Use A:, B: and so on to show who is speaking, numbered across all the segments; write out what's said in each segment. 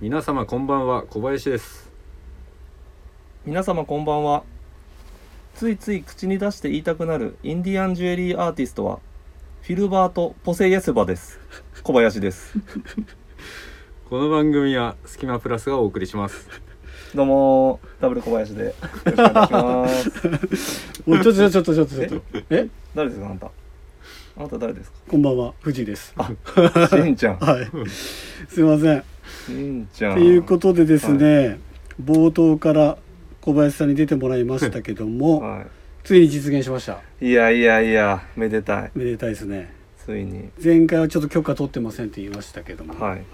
A: 皆様こんばんは小林です
B: 皆様こんばんはついつい口に出して言いたくなるインディアンジュエリーアーティストはフィルバート・ポセイエスバです小林です
A: この番組はスキマプラスがお送りします
B: どうもダブル小林でよろしくお願いします
C: おいちょっとちょっとちょっとちょっとえ
B: 誰ですかあなたあなた誰です
C: こんばんは藤井ですは
B: かしんちゃん
C: いすいません
B: しんちゃん
C: ということでですね、冒頭から小林さんに出てもらいましたけども、
B: は
C: ついに実現しました
B: い、いやいやいやめでたい
C: めでたいですね
B: ついに
C: 前回はちょっと許可取ってませんって言いましたけども
B: はい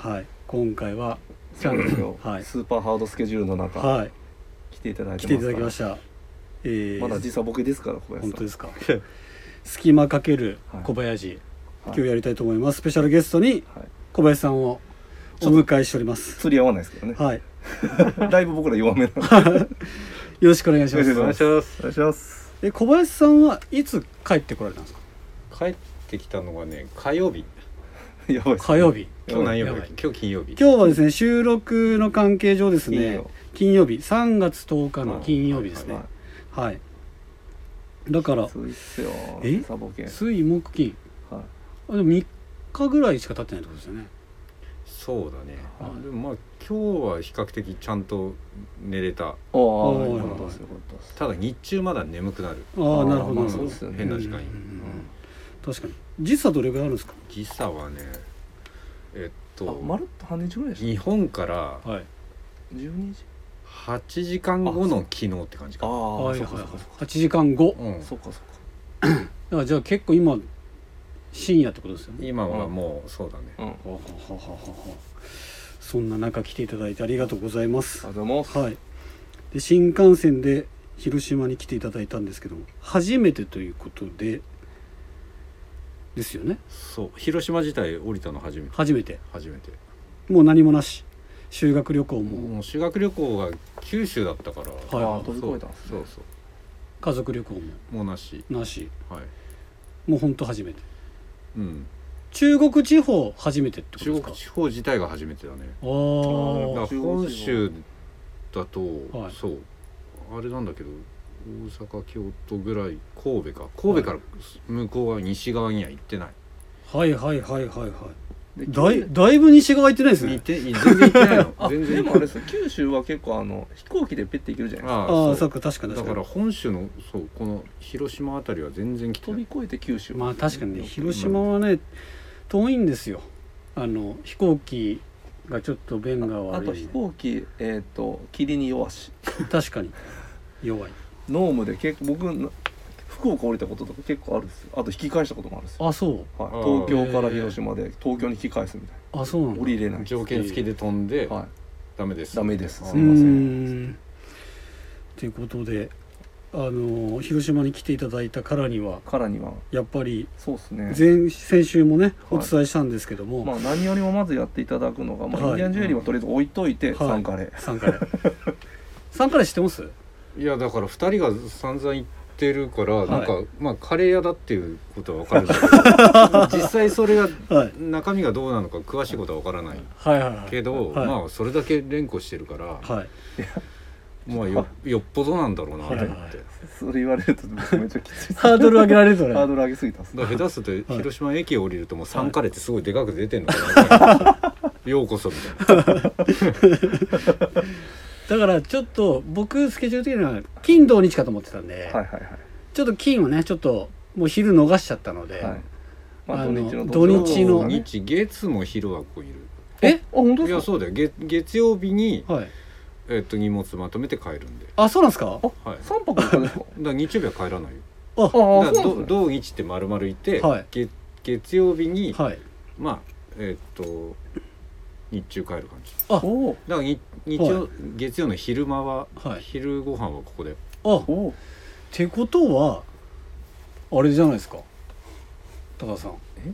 C: 今回は
B: そうですよ、
C: はい
B: スーパーハードスケジュールの中、
C: はい
B: 来ていただいてます
C: 来ていただきましたたえー
B: まだ時差ボケですから小林さん
C: 本当です か隙間かける小林、今日やりたいと思いますスペシャルゲストに
B: はい、
C: 小林さんをお迎えしております
B: 釣り合わないですけどね
C: はい
B: だいぶ僕ら弱めな
C: よろしくお願いしま
B: よろし
C: す
B: くお願いし
A: ます
B: お願いします
C: え小林さんはいつ帰ってこられたんですか
A: 帰ってきたのがね火曜日
B: やばいっす
C: 火曜日
A: 今日何曜日
C: や
A: だ
C: ば
A: っ
C: い
A: け今日金曜日
C: 今日はですね収録の関係上です
B: 金
C: ね
B: 曜
C: 金曜日3月10日の金曜日ですね
B: はい
C: はいだから
B: そうですよ。
C: え
B: サボケン。
C: 水木金
B: は
C: あでも3日ぐらいしか経ってないってことですよね
A: そうだね
B: はい
A: あでもまあ今日は比較的ちゃんと寝れた
B: い。ああ、
C: ー
B: よ
C: なる
B: かっ
C: ほ
B: た
C: ど
B: ですよかったです。
A: ただ日中まだ眠くなる
C: あ
B: あ
C: あ
B: ー
C: なるほど、
B: まあ
C: なる
B: そ
C: ほ
B: う
C: ど
B: ですよね
A: 変な時間に
C: うんうん
A: うん
C: 確かに時差どれぐらいあるんですか
A: 時差はねえっ
B: あ、
A: と
B: まるっと半日ぐらいでし
A: 日本から
C: はい
B: た。十二時。
A: 8時間後の昨日って感じ
B: あ
A: か
B: あ、
C: はい
B: そ
C: は
B: う
C: い
B: かそうか
C: 8時間後
A: うん
B: そうか。そうかそうか。
C: だからじゃあ結構今深夜ってことですよね
A: 今はもうそうだね
B: うん。あ
C: ほうほうほうほうほうそんな中来ていただいてありがとうございます
B: りがとうございます。
C: はい、で新幹線で広島に来ていただいたんですけども初めてということでですよね
A: そう広島自体降りたの初めて
C: 初めて
A: 初めて
C: もう何もなし修学旅行も
A: もう修学旅行が九州だったから
C: は
B: ああ、
C: い
B: 飛び越えたんです
A: そ
B: ね。
A: うそ
C: 家族旅行も
A: うもうなし
C: なし
A: はい
C: もうほんと初めて
A: うん
C: 中国地方初めてってことで
A: 中
C: すか
A: 国地方自体が初めてだね
C: あ
A: だ
B: あ
A: か
C: ー
A: ら
B: 中
A: 本
B: 国地方
A: 州だと、
C: はい
A: そうあれなんだけど大阪京都ぐらい神戸か神戸から向こう側西側には行ってない
C: はいはいはいはいはい
B: で
C: だ
B: 九
C: いだいぶ西側行ってないです
A: 行っ
C: ね
A: て全然行ってないの
B: あ、
A: 全
B: で
A: 然
B: も
A: 行
B: あれ
A: っ
B: で
A: て
B: すよ。九州は結構あの飛行機でペッて行けるじゃないです
A: あ
B: か。
C: ああ
A: あ
C: そ
A: そうう
C: か確かに
A: だ
C: 確
A: か
C: からに
A: 本州のそうこの広島あたりは全然来て
B: 飛
A: な
B: び
A: い
B: 越えて九州。
C: まあ確かにね広島はね遠いんですよあの飛行機がちょっと便が
B: あ
C: 悪い
B: と
C: んで
B: 飛行機えっと霧に弱し。
C: 確かに弱い
B: ノームで結構僕な福岡降りたこととか結構あるんですよ。あと引き返したこともあるんですよ。
C: あそう
B: はい
A: あ、ー
B: 東京から広島で東京に引き返すみたい
C: あそうなん
B: な
C: だ
B: 降りれない
A: 条件付きで飛んで、
B: はい
A: ダメです
B: ダメです
A: ああ
B: す
C: う
B: いません
C: ーんということであの広島に来ていただいたからには
B: からには
C: やっぱり
B: そうですね
C: 前先週もね
B: は
C: お
B: い
C: 伝えしたんですけども、
B: まあ何よりもまずやっていただくのが、まあ、
C: は
B: イ
C: い
B: ンディアンジュエリーはとりあえず置いといて、
C: はい
B: サンカレー
C: 3回3回知ってます
A: いやだから2人が散々行ってるから、
C: い
A: なんかまあカレー屋だっていうことは分かるん だけど実際それが
C: はい
A: 中身がどうなのか詳しいことは分からない
C: はいはいはい
A: けど、
C: はい
A: まあそれだけ連呼してるから、
C: はい
A: まあよよっぽどなんだろうなと思って、
C: はいはい
B: それ言われるとめちゃめちゃきつい
C: ハードル上げられるとね
B: ハードル上げすぎたっす
A: だから下手すると
C: はい
A: 広島駅降りるともう「サンカレー」ってすごいでかく出てんのかな、 ようこそみたいな
C: だからちょっと僕スケジュール的には金土日かと思ってたんで、
B: はいはいは
C: ちょっと金をねちょっともう昼逃しちゃったので、
B: いはいまあ
C: あ
B: 土
C: の
B: 日の
C: 土日の
B: あ
A: 土日月も昼はここいる
C: え
B: 本当
A: い
B: で
A: や
B: すか
A: そうだよ月月曜日に、
C: はい
A: えっと荷物まとめて帰るんで、
C: あそうなんですか
B: あ
A: はい、だか
B: 三泊4日ですから
A: 日曜日は帰らないよ
C: あ
B: ああ
A: だからど
B: そうなんですね
A: 土日って丸々いて、
C: はい
A: 月月曜日に、
C: はい
A: まあえっと日中帰る感じ
C: ど
B: おお
A: だから日日曜、
C: は
A: 月曜の昼間は、
C: はい
A: 昼ご飯はここで
C: あっ
B: おお
C: てことはあれじゃないですか高田さん
B: え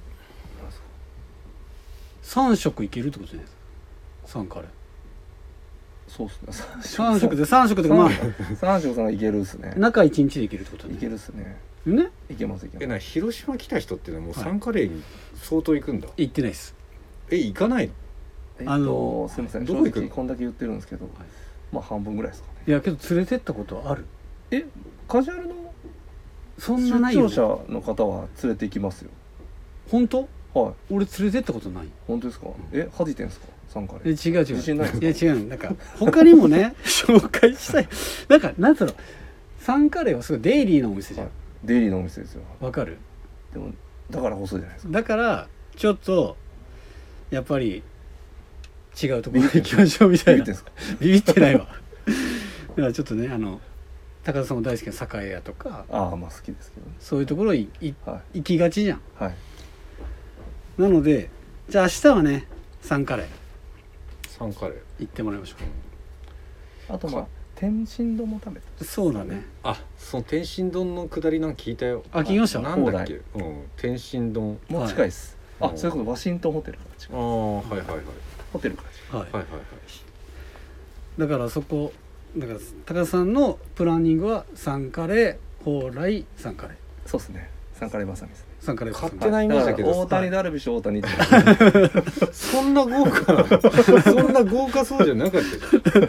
C: 3食いけるってことじゃないですか3カレー
B: そうっすね三食
C: 3食で3食とかまあ
B: 三食さんがいけるっすね
C: 中1日でいけるってこと
B: いけ
C: ね
B: るっすね
C: ね
B: いけますいけ
A: え
B: ま
A: な
B: す
A: 広島来た人ってのはもう
C: はい
A: サンカレーに相当行くんだ、
C: 行ってないです
A: え行かないの
B: えっと
C: あの
B: すいません
A: ど
B: 正
A: こ行く
B: 直こんだけ言ってるんですけどまあ半分ぐらいですかね
C: いやけど連れてったことはある
B: えカジュアルの
C: そんなない
B: 出
C: よ
B: 張者の方は連れて行きますよ
C: 本当
B: はい
C: 俺連れてったことない
B: 本当ですかえ恥じてんすか参加
C: え
B: で
C: 違う違う
B: 自信ない
C: いや違うのなんか他に もね紹介したいなんかなんつうのサンカレーはすごいデイリーなお店じゃん
B: はいデイリーのお店ですよ
C: わかる
B: でもだから細いじゃないですか
C: だからちょっとやっぱり違うところに行きましょうみた
B: ビ
C: い
B: ビっ
C: な
B: てんすか
C: ビビってないわだからちょっとねあの高田さんも大好きな酒屋とか
B: ああまあ好きですけどね
C: そういうところにい
B: は
C: 行きがちじゃん
B: いはい
C: なのでじゃあ明日はねサンカレー
A: サンカレー
C: 行ってもらいましょ
B: あとまあ天津丼も食べた
C: うそうだね
A: あその天津丼のくだりなんか聞いたよ
C: あ聞きました
A: なんだっけ、うん、天津丼
B: もう近いです、
A: はい
B: あそれこそワシントンホテルから近
A: あ
B: い
A: あはいはいはい
B: ホテルから近い
C: はい
A: はいはいはい
C: だからそこだから高田さんのプランニングはサンカレー蓬莱サンカレー
B: そうですね三カレーバサミですね
C: サンカレー
A: 勝
C: サン
A: 手
C: カレー
A: なイメージだけど
B: から大谷ダルビッシュ大谷って
A: そんな豪華なの そんな豪華そうじゃなかったよ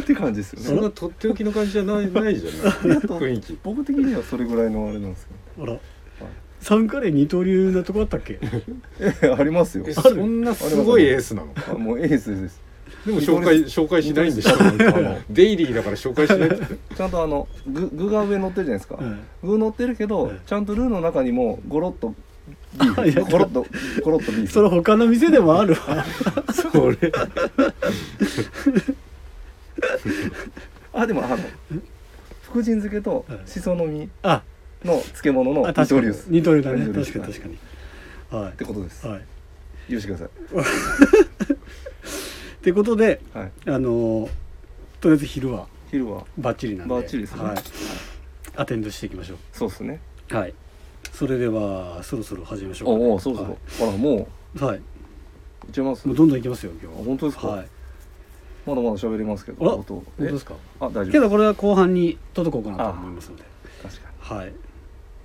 B: って感じです
A: そ
B: よ
A: ん
B: ね
A: なとっておきの感じじゃ ないないじゃない雰囲気
B: 僕的にはそれぐらいのあれなんですけ
C: あらサンカレー二刀流なとこあったっけ
B: ど えありますよ
A: えそんなすごいエースなの
B: あもうエースです
A: でも紹介紹介しないんでしょなんかあのデイリーだから紹介しないって言って
B: ちゃんとあの具具が上乗ってるじゃないですか、
C: うん
B: 具乗ってるけど、
C: うん
B: ちゃんとルーの中にもゴロッとビ
C: あや
B: ー
C: っ
B: フゴ
C: た
B: ロッとゴロッとビーフ
C: それ他の店でもあるわ
A: それ
B: あでもあの福神漬けと
C: うん
B: しその実
C: あ
B: の漬物の
C: あ
B: 二
C: 確
B: 刀
C: かに
B: 流ですっ
C: 二刀流だね
B: 二刀流
C: 確かに確かには
B: てことです、
C: いはい
B: 許してくださ
C: ってことで
B: い、はい、
C: あのーとりあえず昼は
B: 昼は
C: バッチリなんで
B: バッチリですね
C: はい、アテンドしていきましょ
B: そうですね
C: うはいそれではそろそろ始めましょうか
B: おおそうそう、あらも
C: はい、
B: ういっちゃいます
C: もうどんどんいきますよ今
B: あ
C: 日
B: 本当ですか、
C: はい
B: まだまだ喋れますけど
C: あら
B: 音
C: 本当
B: え
C: ですか
B: あ大丈夫
C: けどこれは後半に届こうかなと思いますので
B: 確かに
C: はい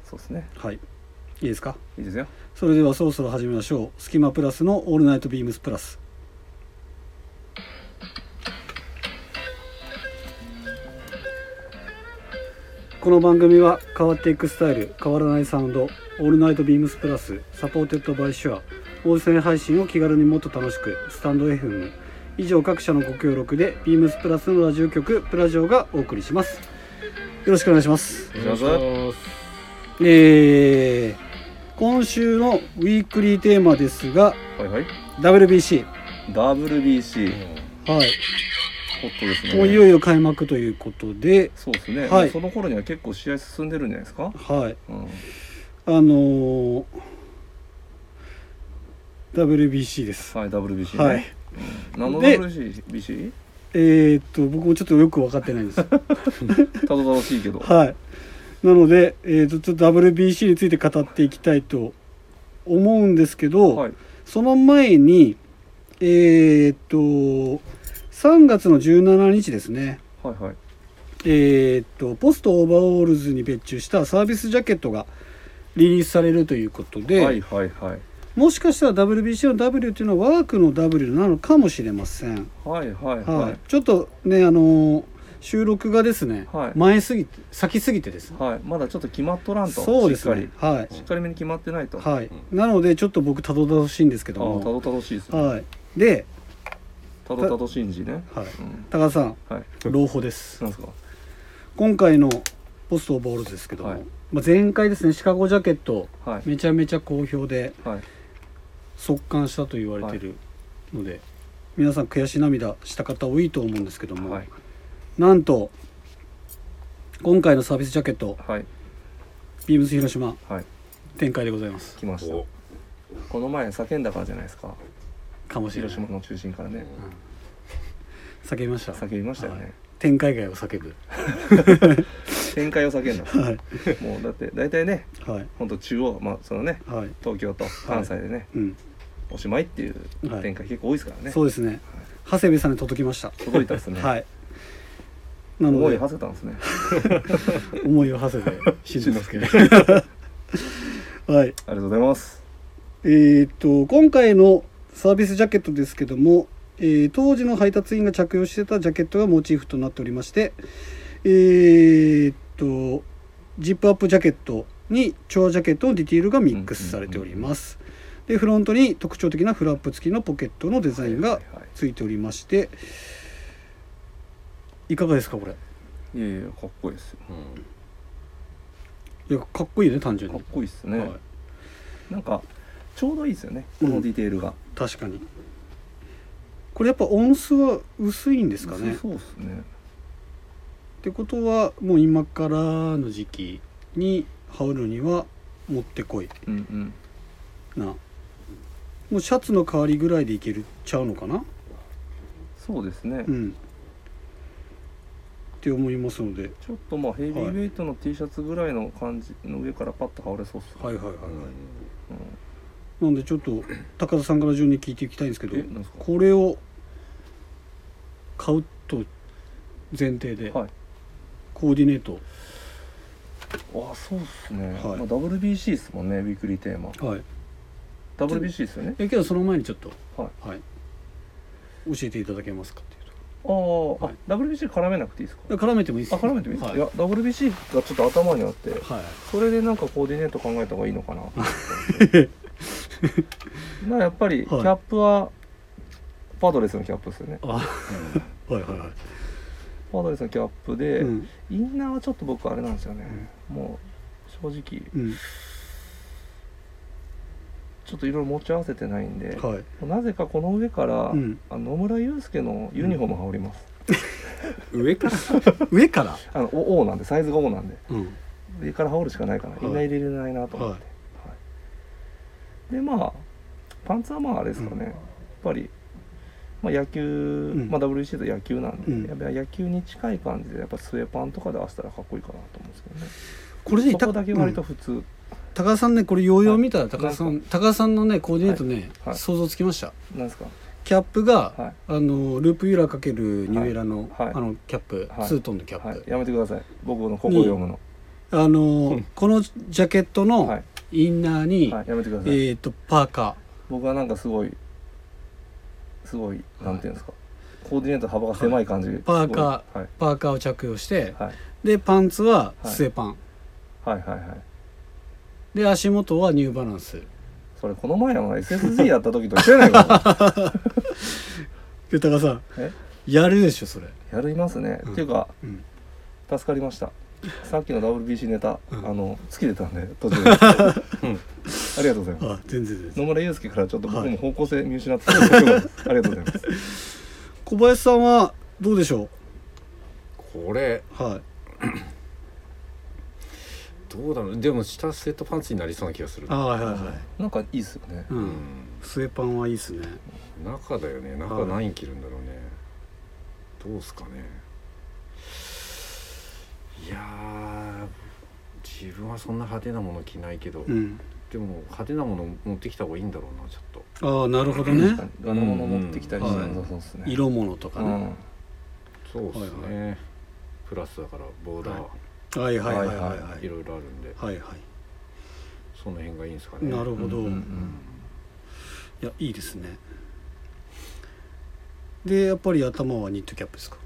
B: そうですね
C: はいいいですか
B: いいですよ
C: それではそろそろ始めましょう「スキマプラス」の「オールナイトビームスプラスこの番組は変わっていくスタイル変わらないサウンド「オールナイトビームスプラス」サポーテッドバイシュア音声配信を気軽にもっと楽しくスタンド FM 以上各社のご協力でビームスプラスのラジオ局プラジオがお送りしますよろしくお願いします
A: お願いします
C: えー今週のウィークリーテーマですが
B: はいはい
C: WBC、
B: WBC
C: はい
B: ホットですね
C: もういよいよ開幕ということで、
B: そうですね、
C: はい
B: もうその頃には結構試合進んでるんじゃないですか、
C: はい
B: うん、
C: あのー WBC です。
B: はい WBC ね、
C: はい、
B: 何の
C: で
B: WBC?
C: えーっと僕もちょっとよく分かってない んです。
B: たどたどしいけど
C: はい、なので、えーっとちょっと WBC について語っていきたいと思うんですけど、
B: はい
C: その前に、えーっと3月の17日ですね、
B: はいはい
C: えーっとポストオーバーオールズに別注したサービスジャケットがリリースされるということで、
B: はいはいはい
C: もしかしたら WBC の W というのはワークの W なのかもしれません、
B: はいはい
C: はい
B: はい
C: ちょっとねあのー収録がですね、
B: はい
C: 前すぎて先すぎてですね
B: はいまだちょっと決まっとらんと
C: そうです
B: しっ
C: ね
B: か
C: はい
B: りしっかりめに決まってないと、あ
C: はい、なのでちょっと僕たどたどしいんですけ
B: あた
C: ども
B: どたどしいですね
C: はいで、
B: たどたどしいんじね
C: はい、
B: うん
C: 高田さん
B: はい
C: 朗報です
B: なんですか
C: 今回のポストオブオールズですけども、
B: はい
C: まあ、前回ですねシカゴジャケット
B: はい
C: めちゃめちゃ好評で
B: はい
C: 速乾したと言われてるので、皆さん悔し涙した方多いと思うんですけども、
B: はい
C: なんと今回のサービスジャケット
B: はい
C: ビームス広島
B: はい
C: 展開でございます
B: 来ました
A: お
B: この前叫んだからじゃないですか
C: かもしれ
B: 広
C: ない
B: 島の中心からね
C: 叫びました
B: 叫びましたよね、
C: はい展開外を 叫ぶ
B: 展開を叫 んだ
C: はい
B: もうだって大体ね
C: はい
B: ほんと中央まあそのね
C: はい
B: 東京と関西でね、
C: うん、
B: おしまいっていう
C: はい
B: 展開結構多いですからね、
C: そうですね長谷部さんに届きました
B: 届いたですね、
C: はいなの
B: 思い
C: で
B: を馳せたんですね
C: 思いを馳せてしんのすけはい
B: ありがとうございます
C: えーっと今回のサービスジャケットですけども、えー当時の配達員が着用してたジャケットがモチーフとなっておりましてえーっとジップアップジャケットにチョアジャケットのディティールがミックスされております。でフロントに特徴的なフラップ付きのポケットのデザインがついておりましていかがですかこれ
B: いやいやかっこいいですよ
A: う
C: いやかっこいいね単純
B: かっ
C: に、
B: こいいですね、
C: はい、
B: なんかちょうどいいですよね
C: う
B: こ
C: ん
B: のディテールが、
C: 確かにこれやっぱ音数は薄いんですかね
B: そうですね
C: ってことはもう今からの時期に羽織るにはもってこい
B: うんうん
C: なもうシャツの代わりぐらいでいけるちゃうのかな
B: そうですね、
C: うんって思いますので
B: ちょっとまあヘビーウェイトの T シャツぐらいの感じの上からパッと羽織れそうっすね、
C: はいはいは
A: ん
C: い、
A: うん
C: なんでちょっと高田さんから順に聞いていきたいんですけ
B: うん、え
C: ど
B: なんですか
C: これを買うと前提で
B: はい
C: コーディネート
B: あそうっすね、
C: はい
B: まあ、WBC ですもんねウィークリーテーマ
C: はい
B: WBC ですよね
C: えけどその前にちょっと
B: はい
C: はい、教えていただけますかっていうと
B: あー、
C: はい
B: あ WBC 絡めなくていいですか
C: 絡めてもいいです
B: あ絡めてもいいですか、
C: はい
B: い、や WBC がちょっと頭にあって
C: はい
B: それでなんかコーディネート考えた方がいいの かなと思ってまあやっぱりキャップはパドレスのキャップですよね
C: あはいはいは
B: パドレスのキャップ
C: い
B: で、
C: うん
B: インナーはちょっと僕あれなんですよね、もう正直
C: うん
B: ちょっといろいろ持ち合わせてないんで、
C: はい
B: なぜかこの上から、
C: うん
B: あ野村祐介のユニフォーム羽織ります、
A: 上から
C: 上から
B: あのお O なんでサイズが O なんで
C: うん
B: 上から羽織るしかないから、
C: はい
B: インナー入れれないなと思って、はいでまあパンツはまああれですかね、
C: うん
B: やっぱり、まあ、野球、
C: ん
B: まあ、WBC と野球なんで、
C: うん
B: やっぱ野球に近い感じでやっぱスウェパンとかで合わせたらかっこいいかなと思うんですけどね
C: これで
B: そこだけ割
C: う
B: と
C: ん
B: 普通、
C: 高田さんねこれヨーヨー見たら高田さ
B: なん
C: 高田さんのねコーディネートね、
B: はいはい
C: 想像つきました
B: なんですか
C: キャップが、
B: はい
C: あのループユーラーかけるニューエラの、
B: はいはい
C: あのキャップ、
B: はい
C: ツートンのキャップ、
B: はい、やめてください僕のここを読むの、
C: あの、
A: うん
C: このジャケット
B: は
C: の
B: い、
C: インナーに、
B: はい、やめてくだ
C: え
B: さい、
C: っ、とパーカ
B: 僕はなんかすごいすごいなんていうんですか、コーディネート幅が狭い感じ、
C: パーカ
B: ー、はい
C: ーパーカーを着用して、
B: はい、
C: でパンツは
B: はい
C: スウェパン、
B: はいはいはい
C: で足元はニューバランス
B: それこの前の SSG やった時と一緒やない か
C: で高田さん
B: え
C: やるでしょそれ、
B: やりますね、
C: うん
B: っていうか
C: うん、
B: 助かりましたさっきの WBC ネタ、
C: うん
B: あの尽きてたんで途中 でありがとうございます
C: あ全然全然
B: 野村祐介からちょっと僕
C: はい
B: も方向性見失ってた、ありがとうございます
C: 小林さんはどうでしょ
A: これ
C: うはい
A: どうだろうでも下スウェットパンツになりそうな気がする
C: あはいはいはい
B: なんかいいっすよね
C: う
A: うんん
C: スウェパンはいいですね
A: 中だよね中何着るんだろうね、どうすかねいやー自分はそんな派手なもの着ないけど、
C: うん
A: でも派手なもの持ってきた方がいいんだろうなちょっと
C: ああなるほどね
B: あのもの持ってきたりしてもそうっすね、
C: 色物とか
B: う
C: ね
B: ん
A: そうですね、プラスだからボーダー、
C: ははいはいはいはいはい
A: い、ろいろあるんで
C: はいはい
A: その辺がいいんですかね
C: なる
B: うんう
C: ほど
B: んう
A: うん
B: ん
C: いやいいですねでやっぱり頭はニットキャップですか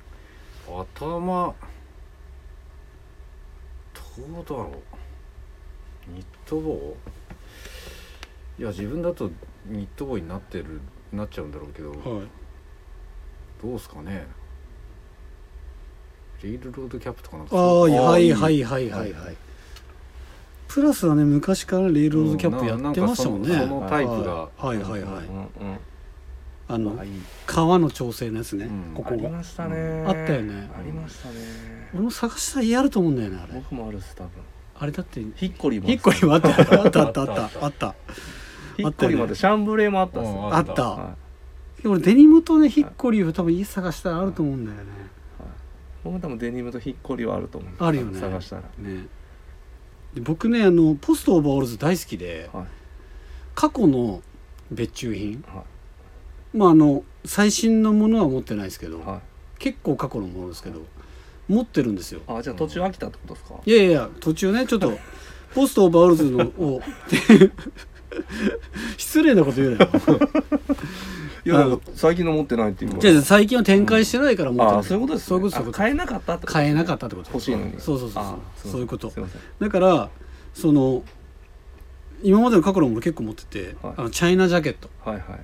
A: 頭どうだろうニット帽いや自分だとニット帽になってるなっちゃうんだろうけどど
C: はいう
A: ですかねレイルロードキャップとかなんか
C: ああはいはい
A: い
C: はいはいはいはいプラスはね昔からレールロードキャップやってましたもんね
A: うんななんかそのそのタイプが
C: はいはいはいはい
B: うん
C: あ
B: うん
C: の
B: はい
C: 革の調整のやつね
A: うん
C: こ
B: あ
C: こ
B: り
C: が
B: ましたね
C: あったよね
B: ありましたね
C: 俺も探したらやると思うんだよねあれ
B: 僕もあるっす多分
C: あれだって
B: ヒッコリも
C: ヒッコリもあったあったあったあったあった
B: ヒッコリもあってシャンブレーもあったっす
A: うん
B: ね
C: あ
A: あ
C: っ
A: ったた
B: は
C: 俺デニムとねヒッコリー多分家探したらあると思うんだよ
B: い僕多分デニムとヒッコリはあると思う
C: あるよね
B: 探したら
C: ねねで僕ねあのポストオーバーオールズ大好きで
B: はい
C: 過去の別注品
B: は
C: まああの最新のものは持ってないですけど、
B: いはい
C: 結構過去のものですけど持ってるんですよ
B: あじゃあ途中飽きたってことですか
C: いやいやいや途中ねちょっとポストオーバーオールズのを失礼なこと言うなよ
B: いや
C: あの
B: 最近の持ってないっていうから
C: じゃあ最近は展開してないから持ってる
B: ああそういうことです、ね、
C: そういうことそう
B: あ
C: いうこと
B: 買えなかったってこと
C: 買えなかったってこと
B: 欲しいのに
C: そうそうそう
B: あ
C: そ
B: すま
C: う
B: せん
C: そういうこと
B: すいません
C: だからその今までの過去のも結構持ってて、
B: はい
C: あのチャイナジャケット
B: はいはい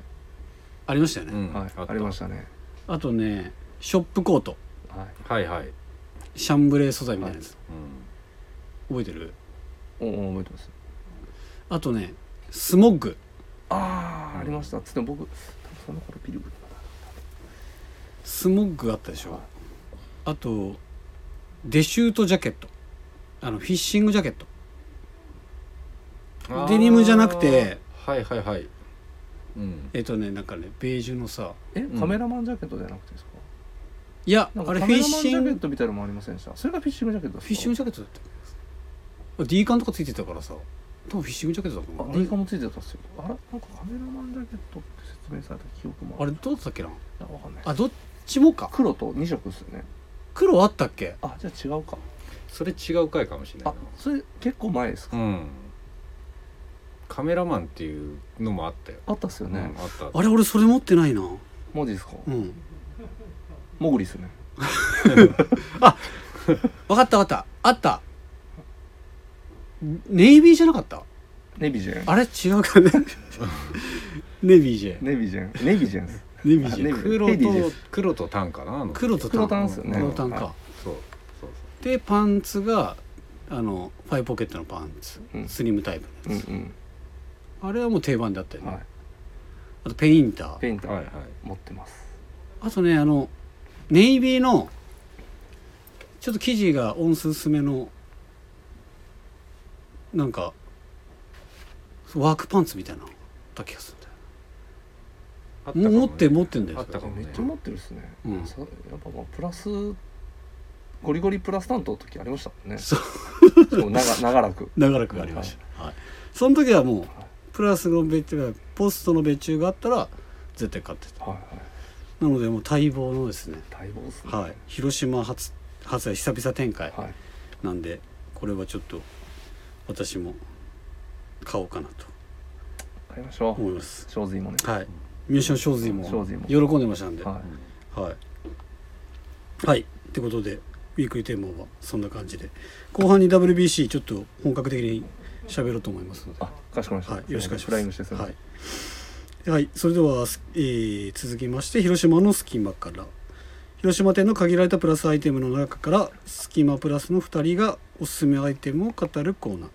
C: ありましたよね、
A: うん
B: はい、あ
A: った
B: りましたね。
C: あとねショップコート
B: は
A: はいはい、うん、
C: シャンブレー素材みたいなやつ、覚えてる
B: い。おお覚えてます。
C: あとねスモッグ
B: ああ、ありました。つっても僕、多分その頃ピリピリか
C: スモッグあったでしょあとデシュートジャケットあのフィッシングジャケット
A: あー
C: デニムじゃなくて
A: はいはいはいうん
C: えっ、とねなんかねベージュのさ
B: な。え、カメラマンジャケットじゃなくてですか。
C: いや
B: なん
C: あ
B: か
C: れ
B: カ
C: フ
B: メ
C: ィッ
B: ラマンジ
C: シン
B: ャ
C: グ
B: ケッ
C: フ
B: トみたいなのもありませんでした。それがフィッシングジャケットですか。
C: ィッシングジャケットだったよ D カンとかついてたからさ多分フィッシングジャケットだと
B: あ
C: 思、う
B: ディーカもついてたんですよ。あれ、なんかカメラマンジャケットって説明された記憶も
C: あ
B: る。
C: れどうだったっけな
B: あれ、わかんないです。
C: あどっちもか
B: 黒と二色ですよね。
C: 黒あったっけ
B: あ、じゃあ違うか。
A: それ違う回かもしれな
B: あ
A: い、
B: それ結構前ですか。
A: なうんカメラマンっていうのもあったよ、
B: あったっすよね。
A: うんあったあった
C: あれ俺それ持ってないな
B: 文字ですか。
C: うん
B: モグリですね。
C: 分かった分かったあったネイビーじゃなかった
B: ネビジェン。
C: あれ違 うかねネビーじゃん
B: ネビジェン。ネビジェンです。
C: ネビーじゃ
B: ネ
C: ん
B: ビ
A: 黒
B: ヘイディー
A: と
B: です
A: 黒とタンかなあの
C: 黒と
B: 黒タンっすよね
C: 黒タンか
B: は
A: そうそう
C: でパンツがあのファイブポケットのパンツ
B: うん
C: スリムタイプ
B: う
C: の
B: ん
C: やつあれはもう定番だったよ
B: うん。は
C: ね
B: い。
C: あとペインター
B: ペインタ
A: そうはいは
B: ー
A: い
B: 持ってます。
C: あとねあのネイビーのちょっと生地が温すすめのなんかワークパンツみたいなのあった気がするんだよ
A: あっ
C: もう持って持ってんだよ
A: あったかも
B: め
A: ね
B: っちゃ持ってるっすね、
C: うん
B: さやっぱまあプラスゴリゴリプラス担当の時ありましたもんね
C: そう
B: そう長長らく
C: 長らくありました、はい、その時はもうプラスの別注がポストの別注があったら絶対買ってた
B: はいはい
C: なのでもう待望のですね、
B: 待望っすね
C: はい、広島初初久々展開
B: はい
C: なんでこれはちょっと私も買おうかなと
B: 買いましょ
C: 思います
B: う正髄もね
C: はい三好の正髄も
B: 正髄も
C: 喜んでましたんでは
B: は
C: はい、はい、ってことでウィークリーテーマはそんな感じで後半に WBC ちょっと本格的に喋ろうと思いますので
B: あかしこまりま
C: は
B: し
C: い
B: た、
C: よろしくお願いします。
B: フライングしてすみま
C: は
B: せん
C: い。はい、それでは、すえー続きまして、広島の隙間から。広島店の限られたプラスアイテムの中から、隙間プラスの2人がおすすめアイテムを語るコーナー。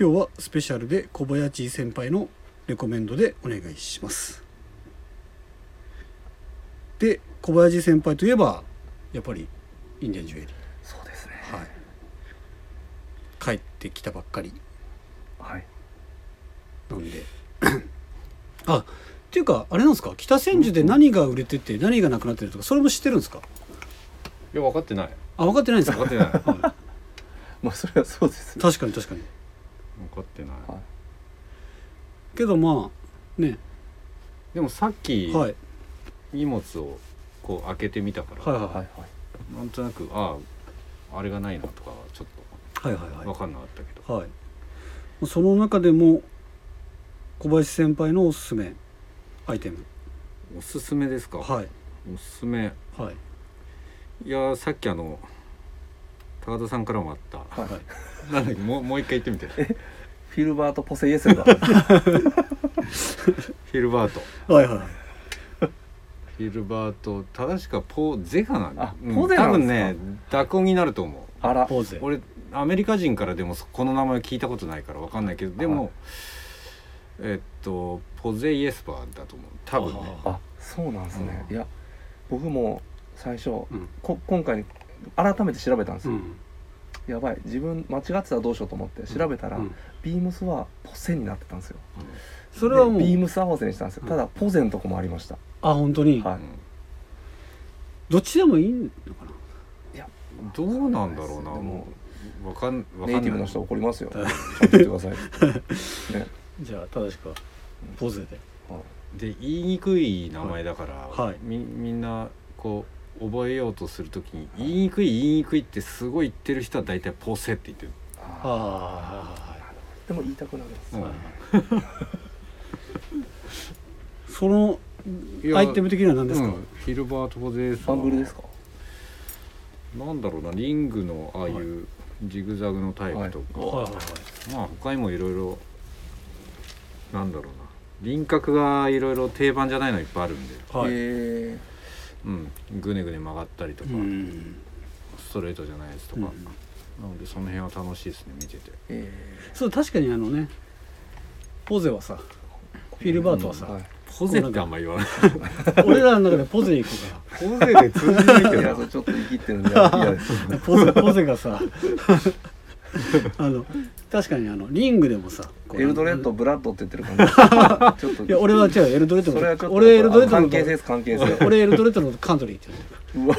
C: 今日はスペシャルで小林先輩のレコメンドでお願いします。で、小林先輩といえば、やっぱりインディアンジュエリー。
B: そうですね
C: はい。帰ってきたばっかり。
B: はい
C: なんであっていうかあれなんですか北千住で何が売れてて何がなくなってるとかそれも知ってるんですか
A: いや分かってない
C: あ分かってないんです
A: 分かっ
C: か
A: てない分
B: まあそれはそうですね
C: 確かに確かに
A: かってない
B: はい
C: けどまあね
A: でもさっき
C: はい
A: 荷物をこう開けてみたから、
C: はい
B: はいはい
A: なんとなくあああれがないなとかはちょっ
C: はいはい
A: と
C: はい
A: 分かんなかったけど、
C: はいはいその中でも小林先輩のおすすめアイテム
A: おすすめですか、
C: はい
A: おすすめ
C: はい
A: いやーさっきあの高田さんからもあった、
B: はい
C: はい
A: なんだっけもうもう一回言ってみて
B: フィルバート・ポセイエス だは
A: フィルバート
C: はいはい
A: フィルバート正しかポゼガな
B: あ
A: うん
B: ポゼ
A: 多
B: なん
A: 分
B: ですか
A: ね濁音になると思う
B: あら
C: ポーズ
A: 俺アメリカ人からでもそこの名前聞いたことないからわかんないけどでも、
B: はい
A: えっとポゼイエスバーだと思う多分ね
B: あそうなんですね、
A: うん
B: いや僕も最初、
C: うん
B: こ今回に改めて調べたんです
C: う
B: よ、
C: ん
B: やばい自分間違ってたらどうしようと思って調べたら、
C: うん
B: ビームスはポセになってたんですよ
C: それはもう
B: でビームス合わせにしたんですよ
C: うん
B: ただポゼのとこもありました、
C: あ本当に
B: は
C: どっちでもいいのかな
A: うんどうなんだろうな
B: でも
A: もうわかんわかんない
B: いネイティブの人怒りますよちゃんと言ってくださいね
C: じゃあ正しくはポーズで
A: で言いにくい名前だから、
C: はいはい
A: みみんなこう覚えようとするときに言いにくい言いにくいってすごい言ってる人は大体ポセって言ってる
B: あ
C: ああ
B: ーでも言いたくなるんです
A: うん
B: はい
C: その
A: いや
C: アイテム的には何ですか、
A: うんヒルバート・ボゼース
B: バングルですか
A: なんだろうなリングのああいうジグザグのタイプとか、
C: はいはいはい
A: まあ他にもいろいろなんだろうな輪郭がいろいろ定番じゃないのいっぱいあるんで、
C: はい、
B: え
A: うん、ぐねぐね曲がったりとか、
C: うん
A: ストレートじゃないやつとか、
C: うん
A: なのでその辺は楽しいですね見てて
B: ー、え
C: そう確かにあのねポゼはさフィルバートはさ、
B: ーはい
A: ポゼってあんま言わない
C: 俺らの中でポゼ行くか
A: ポゼで通じない
B: いやそれちょっと言い切ってるんで嫌です
C: らポゼポゼがさあの確かにあのリングでもさこう
B: エルドレッドブラッドって言ってる感じちょっと
C: いや俺は違うエルドレッド
B: それはちょっと
C: 俺エルドレッドの
B: 関係性です関係性
C: 俺エルドレッドのことカントリーって言う
B: うわ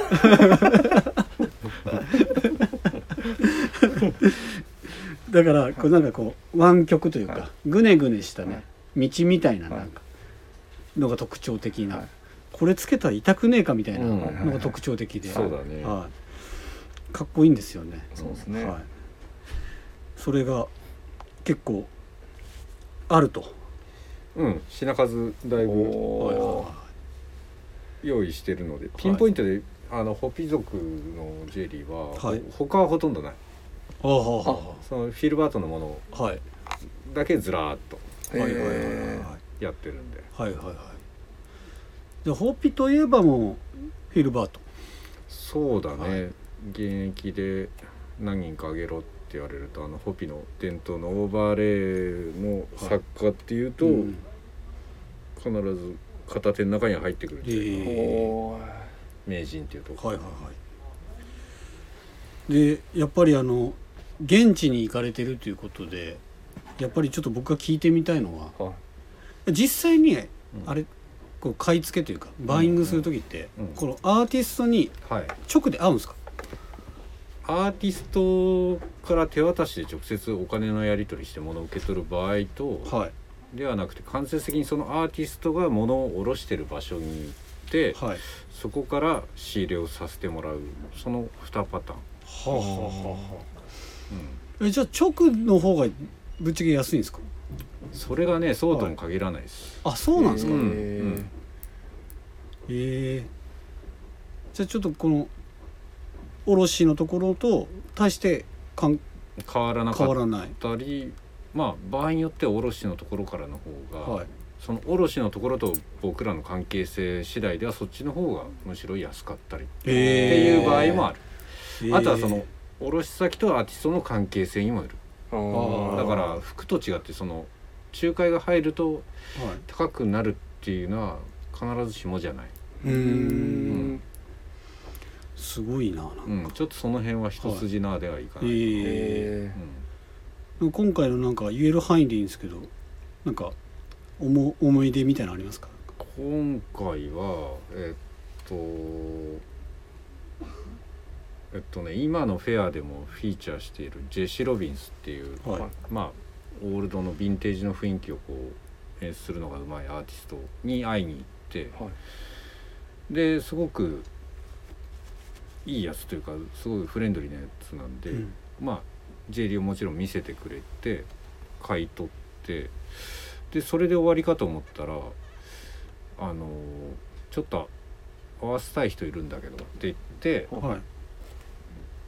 C: だからこれなんかこう湾曲という
B: は
C: かぐねぐねした
B: は
C: ね道みたいななんかのが特徴的
B: はい
C: なこれつけたら痛くねえかみたいな
A: うん
C: のが特徴的で
A: そうだね
C: はいかっこいいんですよね
B: そうですね、
C: はいそれが結構あると
A: うん品数だいぶ
B: お
C: はいは
B: ー
C: いは
A: 用意してるのでピンポイントで、あのホピ族のジュエリーは、
C: はい
A: 他はほとんどない
C: いはあはあは
A: そのフィルバートのもの
C: あはい
A: だけずらーっと
C: はいはいはいはい
B: え
A: やってるんで
C: はいはいはいでホーピといえばもうフィルバート
A: そうだね、
C: はい
A: 現役で何人かあげろって言われるとあのホピの伝統のオーバーレイの作家っていうと、
C: うん
A: 必ず片手の中に入ってくるっていう
B: ー
C: え
B: おー
A: 名人っていうとこ
C: はいはいはいでやっぱりあの現地に行かれてるということでやっぱりちょっと僕が聞いてみたいのは
B: はい
C: 実際に
A: うん
C: あれこう買い付けというかバイングする時って、
A: うん
C: このアーティストに
A: はい
C: 直で会うんですか
A: アーティストから手渡しで直接お金のやり取りして物を受け取る場合と
C: はい
A: ではなくて間接的にそのアーティストが物を卸してる場所に行って、
C: はい
A: そこから仕入れをさせてもらうその2パターン、
C: はあはあはあえじゃあ直の方がぶっちゃけ安いんですか
A: うん、それがねそうとも限らないです、
C: あそうなんですか
A: う
C: へ
A: ん
B: え
C: えじゃあちょっとこの卸のところと対してかん
A: 変わらなか
C: 変わ
A: っ
C: らない
A: たりまあ場合によっては卸のところからの方が、
C: はい
A: その卸のところと僕らの関係性次第ではそっちの方がむしろ安かったりって
C: へー
A: いう場合もある、
C: えー
A: あとはその卸先とアーティストの関係性にもよる
B: ー
C: あー
A: だから服と違ってその仲介が入ると
C: はい
A: 高くなるっていうのは必ずしもじゃない、
C: うー
B: うー
C: ん
B: ん
C: すごいななんか、
A: うん、ちょっとその辺は一筋縄ではいかない、
B: え
C: ええ今回のなんか言える範囲でいいんですけどなんか思思い出みたいなのありますか
A: うん、今回はえっとえっとね今のフェアでもフィーチャーしているジェシ・ロビンスっていう
C: はい
B: はい
A: まあオールドのヴィンテージの雰囲気をこう演出するのがうまいアーティストに会いに行って
B: ーはい
A: ですごくいいやつというかすごいフレンドリーなやつなんで、
C: うん
A: まあ J リーをもちろん見せてくれて買い取ってでそれで終わりかと思ったらあのちょっと合わせたい人いるんだけどって言って
C: はい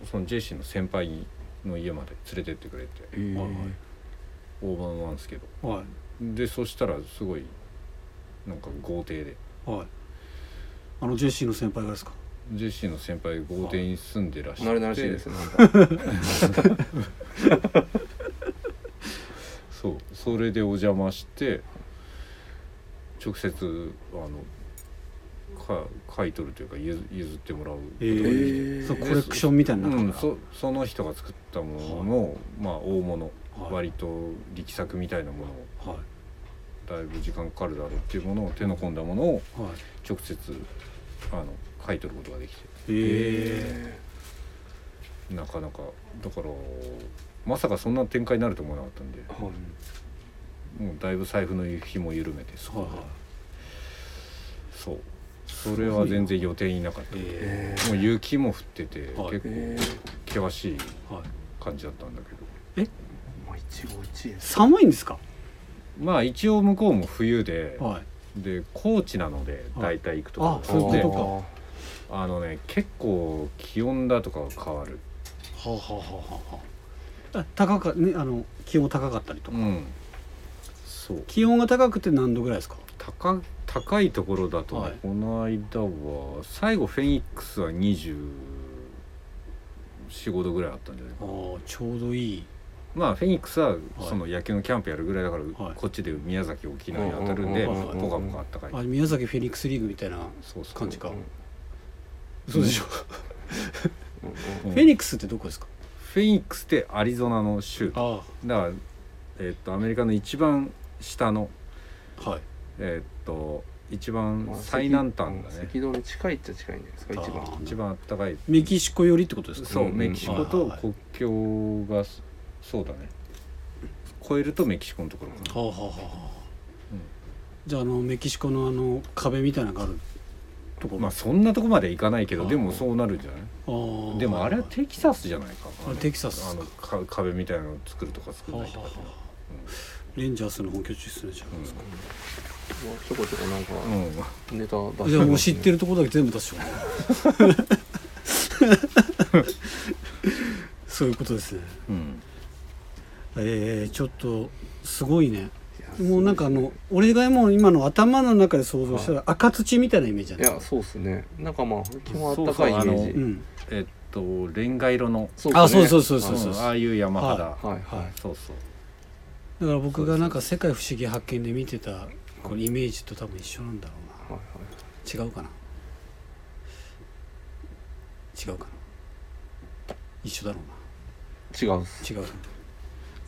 A: そのジェシーの先輩の家まで連れてってくれて
B: えー
C: はい
A: 大盤なんですけど
C: は
A: でそしたらすごいなんか豪邸で
C: いはいあのジェシーの先輩がですか
A: ジェシーの先輩豪邸に住んでらっし
B: 慣
A: ゃ
B: れ
A: っ
B: 慣れしい
A: て
B: ですねなんか
A: そうそれでお邪魔して直接あのか買い取るというか譲譲ってもらうことが
C: え
A: できて、
B: え
C: え
B: ー
C: そうコレクションみたいな
A: うん、
C: 中から
A: そその人が作ったものの、まあ、大物、
C: はい
A: 割と力作みたいなものを
C: は
A: だいぶ時間かかるだろうっていうものを手の込んだものを
C: いはい
A: 直接あの買い取ることができて
C: え
A: なかなかだからまさかそんな展開になると思わなかったんで
C: えはい
A: もうだいぶ財布の紐緩めてそ
C: はい
A: こ
C: は
A: で
C: い
A: そうそれは全然予定になかった
C: え
B: え
A: もう雪も降ってて、
C: はい
A: 結構険しい
C: えはい
A: 感じだったんだけど
B: ーもう一期一会です
C: 寒いんですか
A: まあ一応向こうも冬で
C: は
A: で高知なので大体行くとこ
C: あそうい
A: で
C: うことか
B: は
A: あのね結構気温だとか変わる、
C: はあはあはあはああ高かねあの気温高かったりと
A: う
C: か、
A: ん、そう
C: 気温が高くて何度ぐらいですか
A: 高高いところだと、
C: はい
A: この間は最後フェニックスは2 4 5度ぐらいあったんじゃない
C: ああちょうどいい
A: まあフェニックスはその野球のキャンプやるぐらいだから、
C: はい
A: こっちで宮崎沖縄に当たるんで
B: うん
A: ポ
B: うんうんうん
A: カポカあったかい、
C: あ宮崎フェニックスリーグみたいな
A: そうそう
C: 感じか、
B: うん
C: そうでしょ、
B: うん
A: うん
C: フェニックスってどこですか
A: フェニックスってアリゾナの州だか
C: あ
A: ら、えっとアメリカの一番下の
C: あはい
A: えっと一
B: ま
A: 番
B: あ
A: 最南端だ
B: 赤
A: ね
B: 道に近いっちゃ近いんじゃないですか一
C: あ
B: 番
C: ー
A: 一番あったかい
C: メキシコ寄りってことですか
A: そう、
B: うんうん
A: メキシコと国境がそそうだね越えるとメキシコのところかな
C: はあはあはあはあ
A: うん
C: じゃああのメキシコのあの壁みたいなのがあるところ、
A: まあそんなとこまで行かないけ
C: あ
A: ど
C: ー
A: でもそうなるんじゃない
C: あー
A: でもあれはテキサスじゃないか
C: あれテキサス
A: あ
C: っすか
A: のか壁みたいなのを作るとか作ら
C: はあ
A: な
C: はいあ
A: と
C: は
A: か
C: あレンジャースの本拠地ですねじゃあ、
B: ちょこちょこなんか
A: うん、うん
B: ネタ出
C: じゃあもう
B: し
C: 知っててるところだけ全部出しよう そういうことですね
A: うん
C: えー、ちょっとすごいね
B: ます
C: もうなんかあの俺がもう今の頭の中で想像したら赤土みたいなイメージだ
B: い
C: ね
B: やそうっすねなんかまあ基本あったかいイメージ
C: うん
A: えっとレンガ色の
B: そ
C: あそうそううそうそうそううんだ
A: あ
C: か
A: あいう山肌、
B: はいはい
A: そうそう
C: ら僕がなんか「世界不思議発見」で見てたこのイメージと多分一緒なんだろ
B: はいう
C: な違うかな違うかな一緒だろうな
B: はい違うっす
C: 違う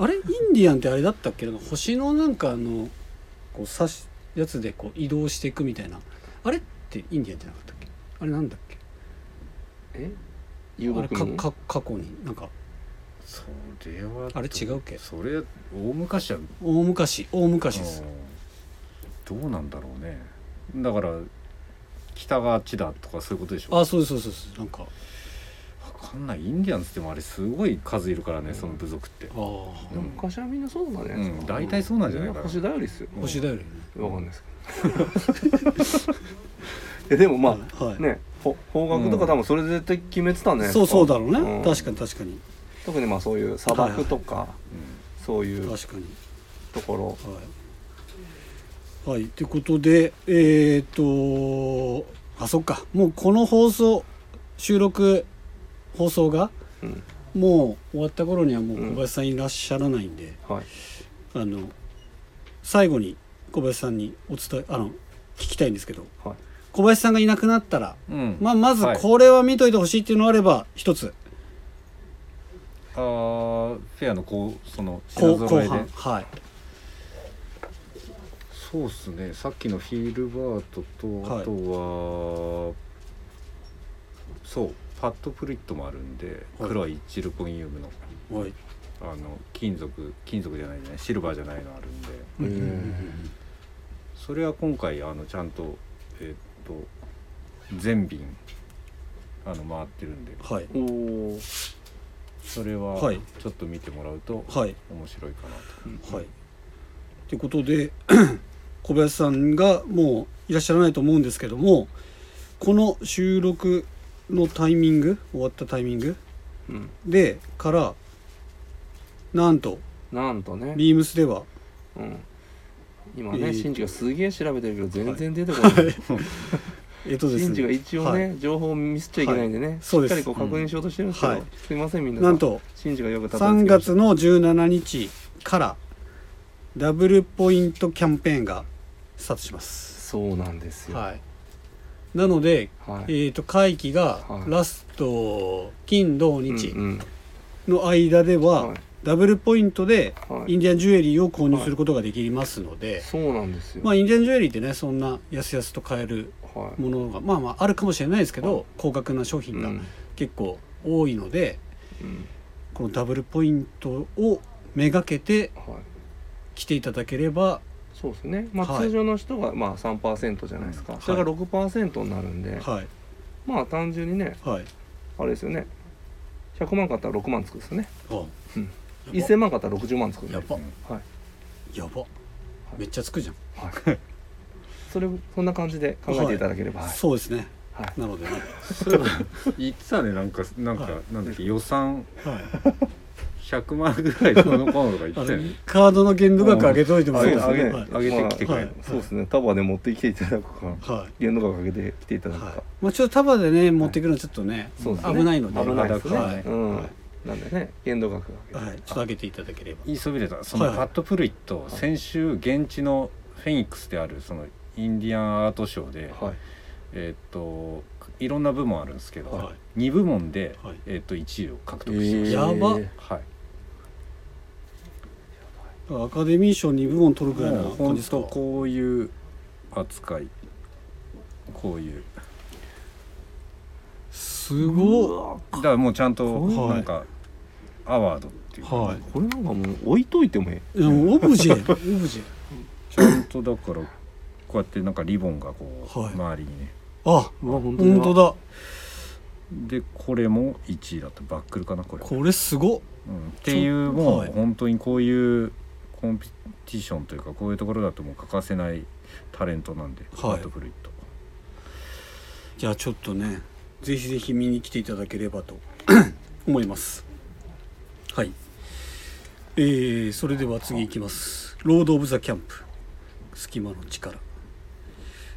C: あれインディアンってあれだったっけな星のなんかあのこう刺しやつでこう移動していくみたいなあれってインディアンじゃなかったっけあれなんだっけ
B: え遊
C: あれ
B: 牧
C: か
B: 民
C: か過去になんか
A: それは
C: あれ違うっけ
A: それ大昔は
C: 大昔大昔です
A: うんどうなんだろうねだから北があっちだとかそういうことでしょ
C: あそうですそうですそうですなんか
A: 分かんないインディアンスでもあれすごい数いるからね、その部族って
C: ああ
B: でも昔はみんなそうなんじゃないです
A: うん
B: か
A: 大体そうなんじゃないかな
B: み星だよりっすよ
A: うん
C: 星だよね
B: わかんないですけど えでもま
C: は
B: あ
C: い、
B: ねほ方角とか多分それで絶対決めてたね
C: そうそうだろうね、
B: ん
C: 確かに確かに
B: 特にまあそういう砂漠とか
A: う
B: そういう
C: 確かに
B: ところ
C: はい。はい、ということで、えー、っと、あ、そっか、もうこの放送、収録、放送が、
B: うん
C: もう終わった頃にはもう
B: うん
C: 小林さんいらっしゃらないんで、
B: はい
C: あの、最後に小林さんにお伝え、あの、聞きたいんですけど、
B: はい
C: 小林さんがいなくなったら、
A: んうん
C: まあ、まず
A: はい
C: これは見といてほしいっていうのがあれば、一つ、
A: あーフェアのこうその
C: 後
A: 品
C: 後
A: 揃えで
C: 半。はい。
A: そうっすねさっきのフィールバートと、
C: はい
A: あとはそうパッドプリットもあるんで、
C: はい
A: 黒いチルコニウムの
C: はい。
A: あの金属金属じゃないねシルバーじゃないのあるんで
C: うんうん
A: それは今回あのちゃんとえっと全便あの回ってるんで
C: うんはい。
B: おお
A: それは
C: はい
A: ちょっと見てもらうと
C: はい。
A: 面白いかなと、
C: はい。ということで 小林さんがもういらっしゃらないと思うんですけどもこの収録のタイミング終わったタイミング
B: うん
C: でからなんと
B: なんとね
C: ビームスでは
B: うん今
C: え
B: ね
C: ー
B: シンジがすげえ調べてるけど全然出てこない
C: えっとで
B: シ
C: す
B: ンジが
C: ね
B: 一応ね情報を見せちゃいけないんでねし
C: そう
B: っ
C: です
B: かりこう確認しようとしてるんですけ
C: うん
B: ど
C: はい
B: すいませんみんな
C: なんと
B: シンジがよくたどり
C: 3
B: 着きました
C: 月の17日からダブルポイントキャンペーンがスタートします。
B: そうなんですよは
C: はい、なので、
B: い
C: えー、と会期が
B: はい
C: ラスト金土日、
B: うん
C: の間で
B: うん
C: は、
B: はい
C: ダブルポイントで
B: はい
C: インディアンジュエリーを購入することができますので、
B: そうなんですよ
C: まあ、インディアンジュエリーってねそんなやすやすと買える
B: はい
C: ものがまあまああるかもしれないですけど、
B: はい
C: 高額な商品
B: う
C: が
B: ん
C: 結構多いので、
B: うん
C: このダブルポイントをめがけて
B: はい
C: 来ていただければ、
B: そうですね、まあ、
C: はい
B: 通常の人がまあ3%じゃないですか、
C: うん
B: それが6%になるんで、
C: はい
B: まあ単純にね
C: はい
B: あれですよね100万買ったら6万つくんですよね
C: あ
B: うん
C: や
B: 1000万買ったら60万つくんで
C: ばやば
B: はい
C: やばめっちゃつくじゃん
B: はいそれそんな感じで考えていただければ、はい
C: そうですね
B: はい
C: なのでね
A: そういえば 言ってたねなんかなんか、
C: は
A: なんだっけ予算
C: はい
A: 100万ぐらいどうのこうのとか言
C: あ
A: ってたよ
C: の
A: ね
C: カードの限度額上げといてもらいたいですね
B: あ
C: はい
A: 上げてきてくれ、
C: はい
B: そうですね束で持ってきていただくか
C: はい
B: 限度額上げてきていただくか、
C: はいまあちょっと束でね持ってくるのはちょっとね
B: そうですね
C: 危ないので
B: 危ないですね、
C: はいはい
B: うん
C: は
B: なんでね限度額上げて、
C: はいちょっと上げていただければ
A: 言いそびれたその
C: はい
A: パッド・プルイット、先週現地のフェニックスであるそのインディアンアートショーで、
B: はい
A: えーっといろんな部門あるんですけど、
C: は
A: 2部門で、
C: はい
A: えーっと1位を獲得してまし
C: やば
A: た、はい
C: アカデミー賞2部門取るぐらいな
A: もう
C: 感じ
A: 本
C: ですか
A: 当こういう扱いこういう
C: すごっ
A: だからもうちゃんと
B: こ
C: う
A: なんかアワードっていうか、
C: は
B: これなんかもう置いといてもえ
C: いでもオブジェ オブジェ
A: ちゃんとだからこうやってなんかリボンがこう、
C: はい
A: 周りにね
C: あ
B: えわ本
C: 本当だ
A: でこれも1位だったバックルかなこれ
C: これすごっ
A: うん、っていうも
C: は
A: う
C: い
A: 本当にこういうコンペティションというかこういうところだともう欠かせないタレントなんで、
C: はい
A: バットフルイット
C: じゃあちょっとねぜひぜひ見に来ていただければと 思いますはいえー、それでは次いきます「ロード・オブ・ザ・キャンプ隙間の力」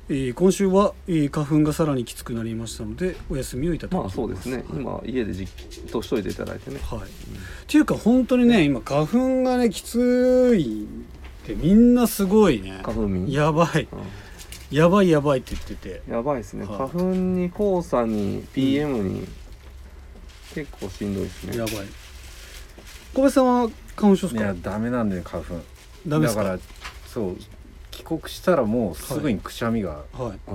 C: えー、今週は、えー花粉がさらにきつくなりましたのでお休みをいただき
B: ま
C: ま
B: あ
C: す
B: そうですね、今家でじっとしといていただいてね
C: はい、っていうか本当にね今花粉がねきついってみんなすごいね
B: 花粉民
C: やばい
B: うん
C: やばいやばいって言ってて
B: やばいですね、
C: はい
B: 花粉に黄砂に PM に、結構しんどいですね
C: やばい小林さんは花粉症です
A: いや
C: か
A: ダメなんだよ花粉
C: ダメですか
A: だからそう帰国したらもうすぐにくしゃみが
C: はい
B: あ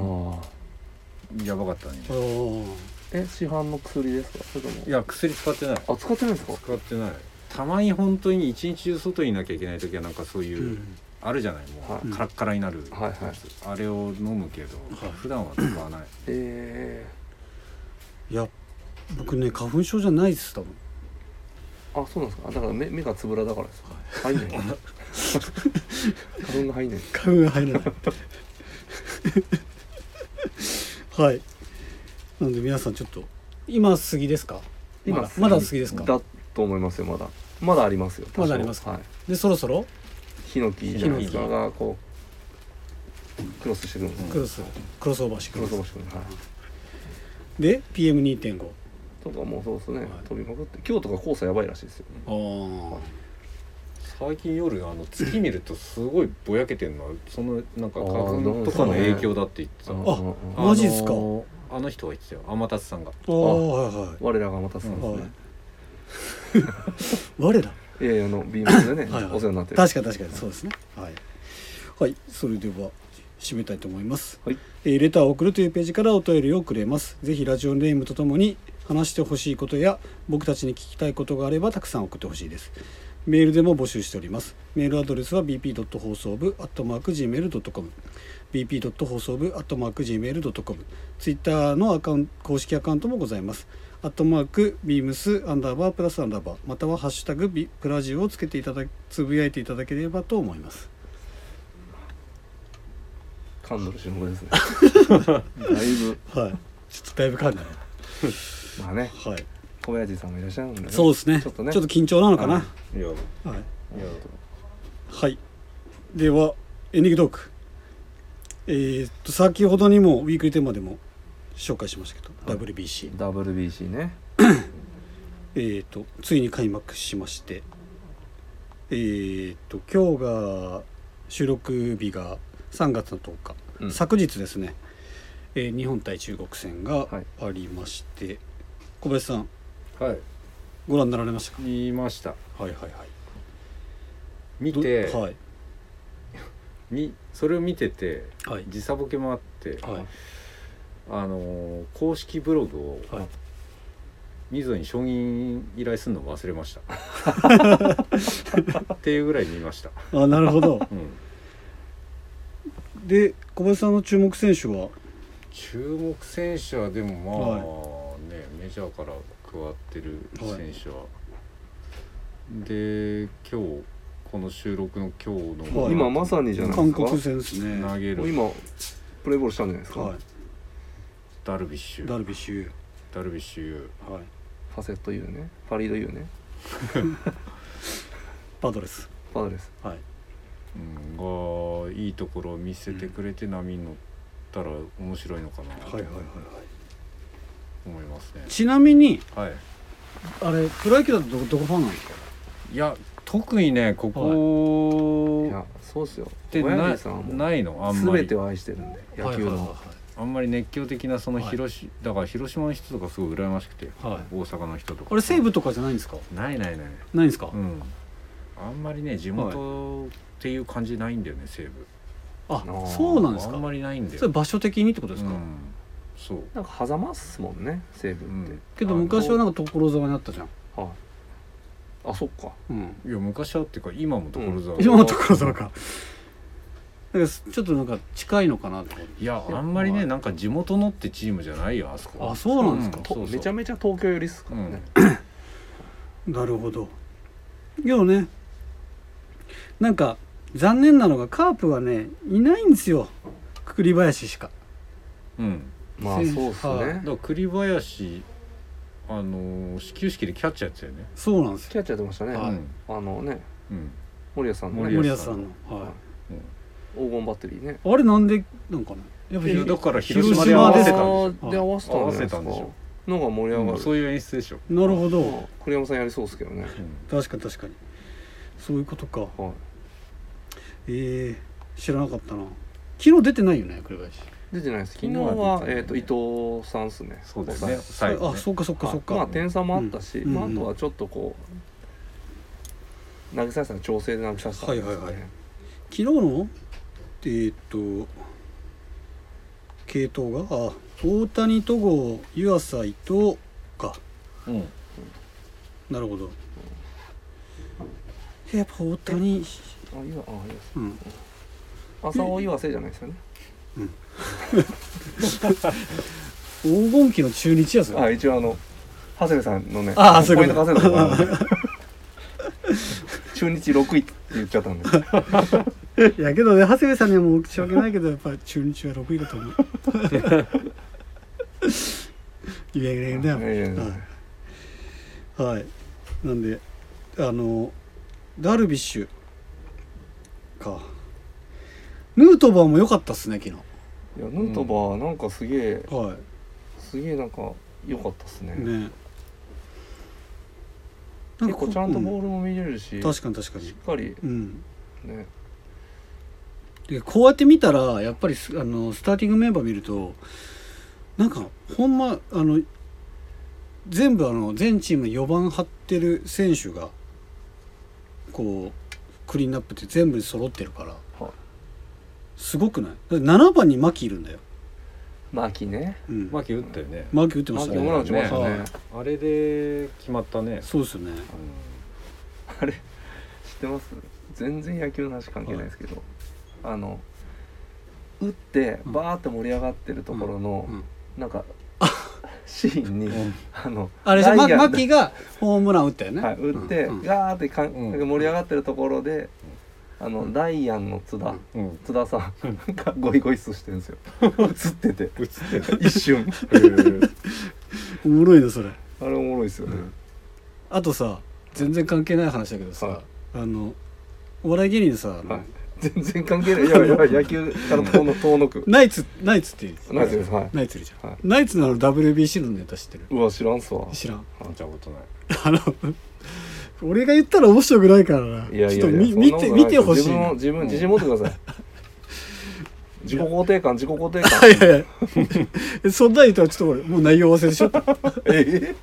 B: あ
A: やばかったね、
C: あー
B: え市販の薬ですかそれとも
A: い、や薬使ってない
B: あ使ってないんですか
A: 使ってないたまに本当に一日中外にいなきゃいけない時はなんかそういう、
C: うん
A: あるじゃないもう、
B: はい
A: カラッカラになる、
B: はいはい
A: あれを飲むけど、
C: はい
A: 普段は使わない
B: え
C: いや僕ね花粉症じゃないです多分
B: ー、あそうなんですかあだから目目がつぶらだからですか、入ん ない花粉が入んない
C: 花粉が入らない はいなので皆さんちょっと今杉ですかまだまだ杉ですか
B: だと思いますよまだまだありますよ多少
C: まだありますか
B: はい
C: でそろそろ
B: ヒノキじゃないですか
A: ヒノキ
B: がこうクロスしてくるんですね
C: クロスクロスオーバーして
B: ク
C: く
B: ロ
C: だ
B: スオー
C: さ
B: バーしてくるはい
C: いで PM2.5
B: とかもうそうですね、
C: はい
B: 飛びまくって今日とか黄砂やばいらしいですよ
C: ああ
A: 最近夜あの月見るとすごいぼやけてるのはそのなんか
B: あー
A: 花粉とかの影響だって言ってた
B: うん
C: あ
B: う
A: あ
B: んうん
A: のー
C: マジっすか
A: あの人が言ってたよ天達さんが
C: ああはいはい
B: 我らがまたそうですね、
C: はい我ら
B: いやいやあのビームでね
C: はいはい
B: お世話になってる
C: 確かに確かにそうですねはい、はい、それでは締めたいと思います、
B: はい
C: えーレターを送るというページからお便りをくれますぜひラジオネームとともに話してほしいことや僕たちに聞きたいことがあればたくさん送ってほしいですメールでも募集しておりますメールアドレスは bp. 放送部 .gmail.com bp. 放送部 .gmail.com ツイッターのアカウント公式アカウントもございますアットマーク、ビームス、アンダーバー、プラスアンダーバー、またはハッシュタグ、ビプラジオをつけていただき、つぶやいていただければと思います。
B: カンドルしのぶ ですねだいぶ
C: はい。ちょっとだいぶ噛んだね。
B: まあね
C: はい。
B: 小林さんもいらっしゃるんで、ね、
C: そうですね。ち
B: ち
C: ょ
B: ょ
C: っ
B: っと
C: と
B: ね
C: 緊張なのかな。
B: はい
A: いやいや
C: はい。はい。では、エンディングトーク。えーっと、先ほどにも、ウィークリーテーマでも紹介しましたけど、
B: はい
C: WBC。
B: WBC ね
C: えーっと、ついに開幕しまして、えーっと、今日が、収録日が3月の10日。
B: うん
C: 昨日ですね、えー日本対中国戦がありまして、小林さん
A: はい
C: ご覧になられましたか
A: 言いました
C: はいはいはい
A: 見て、
C: はい
A: みそれを見てて
C: はい
A: 時差ボケもあって、
C: はい
A: あのー公式ブログを
C: はい
A: 水野に承認依頼するの忘れました っていうぐらい見ました、
C: あなるほど
A: うん、
C: で小林さんの注目選手は
A: 注目選手はでもまあ、ねメジャーから加わってる選手は、で今日この収録の今日の、
C: はい
B: 今まさにじゃないで
C: 韓
B: すか
C: 国戦ですね
A: 投げ
B: もう
A: る
B: 今プレーボールしたんじゃないですか、
C: は
A: ダルビッシ
C: い、
A: ュ
C: ダルビッシュ有
A: ダルビッシュ有
C: はい、
B: ファセット U ねパリード U ね
C: パドレス、
B: パドレス
C: はい、
A: うんがいいところを見せてくれて波に乗ったら面白いのかなと
C: はいはいはいはい
A: 思いますね。
C: ちなみに
A: はい、
C: あれプロ野球だとどどこファンなんですか
A: いや特にねこ
B: い
A: こ
B: やそうっすよ
A: って
B: 小
A: な
B: 柳さんはもう
A: ないのあんま
B: 全
A: り
B: てを愛してるんで野球の
A: あんまり熱狂的なその
C: はい
A: 広し、だから広島の人とかすごい羨ましくて
C: はいはいはい
A: 大阪の人とか
C: あれ西武とかじゃないんですか
A: ないないない
C: ないんですか、
A: うんあんまりね地元っていう感じないんだよね西武
C: あ
B: ー
C: そうなんです
A: あ
C: か
A: んまりないんだよ
C: それ場所的にってことですか、
A: うんそう、
B: なんか狭間っすもんね西武
A: う
B: って、
A: ん、
C: けど昔は
A: な
C: なんか所沢にあったじゃん、
B: はいあそっか
C: うん、
A: いや昔はっていうか今も所沢、
B: うん
C: 今も所沢かなんかすちょっとなんか近いのかなと思って
A: いやあんまりねなんか地元のってチームじゃないよあそこ
C: あそうなんですか
A: うん
B: と
A: そうそう
B: めちゃめちゃ東京寄りっすか
A: う
B: ら
A: ん
B: ね、
C: なるほどでもねなんか残念なのがカープはねいないんですよ栗林しか
A: うん
B: まあそう
C: 選
B: っす
C: 手
B: ね、
A: だから栗林あのー始球式でキャッチャーやってたよね
C: そうなんですよ
B: キャッチャーやってましたね、
C: はい
A: うん
B: あのね
A: うん
B: 森保さんのね
A: 森
C: 森
A: 保
C: 保
A: さ
C: さ
A: ん
C: んの、はい
B: 黄金バッテリーね
C: あれなんでなんかねや
A: いやだから広
C: 広
A: 島
C: 島
A: で
C: で
A: 合わ
C: 合わ
A: せた
C: せ
A: んでし
B: あーで
C: た
B: 合わせたんじゃないです
A: 合わせ
B: か
A: たんでしょ
B: のが盛り
A: ょ、
B: 上が
A: う
B: る、
A: ん、そういう演出でしょ、
C: なるほど、
B: まあ栗山さんやりそうですけど
A: う
B: ね、
A: ん
C: 確かに確かにそういうことか
B: はい、
C: えー、知らなかったな昨日出てないよね栗林
B: 出てないです昨日は
A: 昨日は出てない
B: えっ、と伊藤さんっすね
A: そうですね
B: おさ
A: 最後
C: あ
A: ね
C: そっかそっかそっか、
B: まあ点差もあったし、
C: うん
B: まあ、
C: う
B: あ
C: ん
B: とはちょっとこう投げさせたら調整で投げさせたんですよね
C: はいはいはい昨日のえーっと系統があ大谷戸郷湯浅伊藤か
A: うん
C: なるほどえやっぱ大谷
B: あいいわあいいです
C: うん
B: 浅尾岩瀬じゃないですよね
C: 黄金期の中日やぞ
B: あ一応あの長谷部さんのね
C: あーそういうこと
B: ポイント稼いだところなんで 中日6位って言っちゃったん で
C: い やけどね長谷部さんにはもう申し訳ないけどやっぱ中日は6位だ と思ういやいやいや
B: いやいやいや
C: はい、はい、なんであのダルビッシュかヌートバーも良かったっすね昨
B: いやヌートバーなんかすげえ、
C: 日は
B: すげえなんか良かったっすね
C: いね
B: 結構ちゃんとボー
C: ル、
B: ルも見れるし、
C: うん
B: し
C: 確かに確かに
B: っかり
C: うん
B: ね
C: でこうやって見たらやっぱりスあのスターティングメンバー見るとなんかほんまあの全部あの全チーム4番張ってる選手がこうクリーンナップって全部揃ってるから、
B: はい
C: すごくないだって7番に牧いるんだよ、
B: 牧ね
C: うん、
A: 牧打ったよね、
C: 牧打ってまし
B: 牧
C: た
B: ホームラン打
C: ね
B: ちましたね
C: は
A: あれで決まったね、
C: そうですよね
A: う
B: あれ知ってます全然野球の話関係ないですけど、あの打って
C: うん
B: バーって盛り上がってるところの、
C: うん
B: なんかシーンに、
A: ん
B: あの
C: あれじゃ
B: ライアンが
C: 牧がホームラン打ったよね、
B: はい、打って、
C: うんうん
B: ガーってかん
A: うん
B: 盛り上がってるところで、あのダイアンの津田、
C: うん
A: うん、
B: 津田さんがゴイゴイスーしてるんですよ映ってて
A: 打つってた
B: 一瞬
C: おもろいのそれ
B: あれおもろいですよね、
C: あとさ全然関係ない話だけどさ、
B: はい
C: あのお笑い芸人でさ、あの
B: はい全然関係ないいやいや野球から遠の遠のく
C: ナイツナイツって
B: ナイスですはい
C: ナイツいるじゃん、
B: はい
C: ナイツのあの WBC のネタ知ってる
B: うわ知らんすわ
C: 知らん
A: 見たことない
C: あの俺が言ったら面白くないからない
B: やい
C: ち
B: や
C: ょ
B: い
C: っと
B: や
C: み
B: そんな
C: 見
B: こと
C: て
B: ない
C: 見てほしい
B: 自分を
C: な
B: 自分自信持ってください自己肯定感自己肯定
C: い
B: 感
C: やいやそんなん言ったらちょっと俺もう内容忘れてしまった
B: え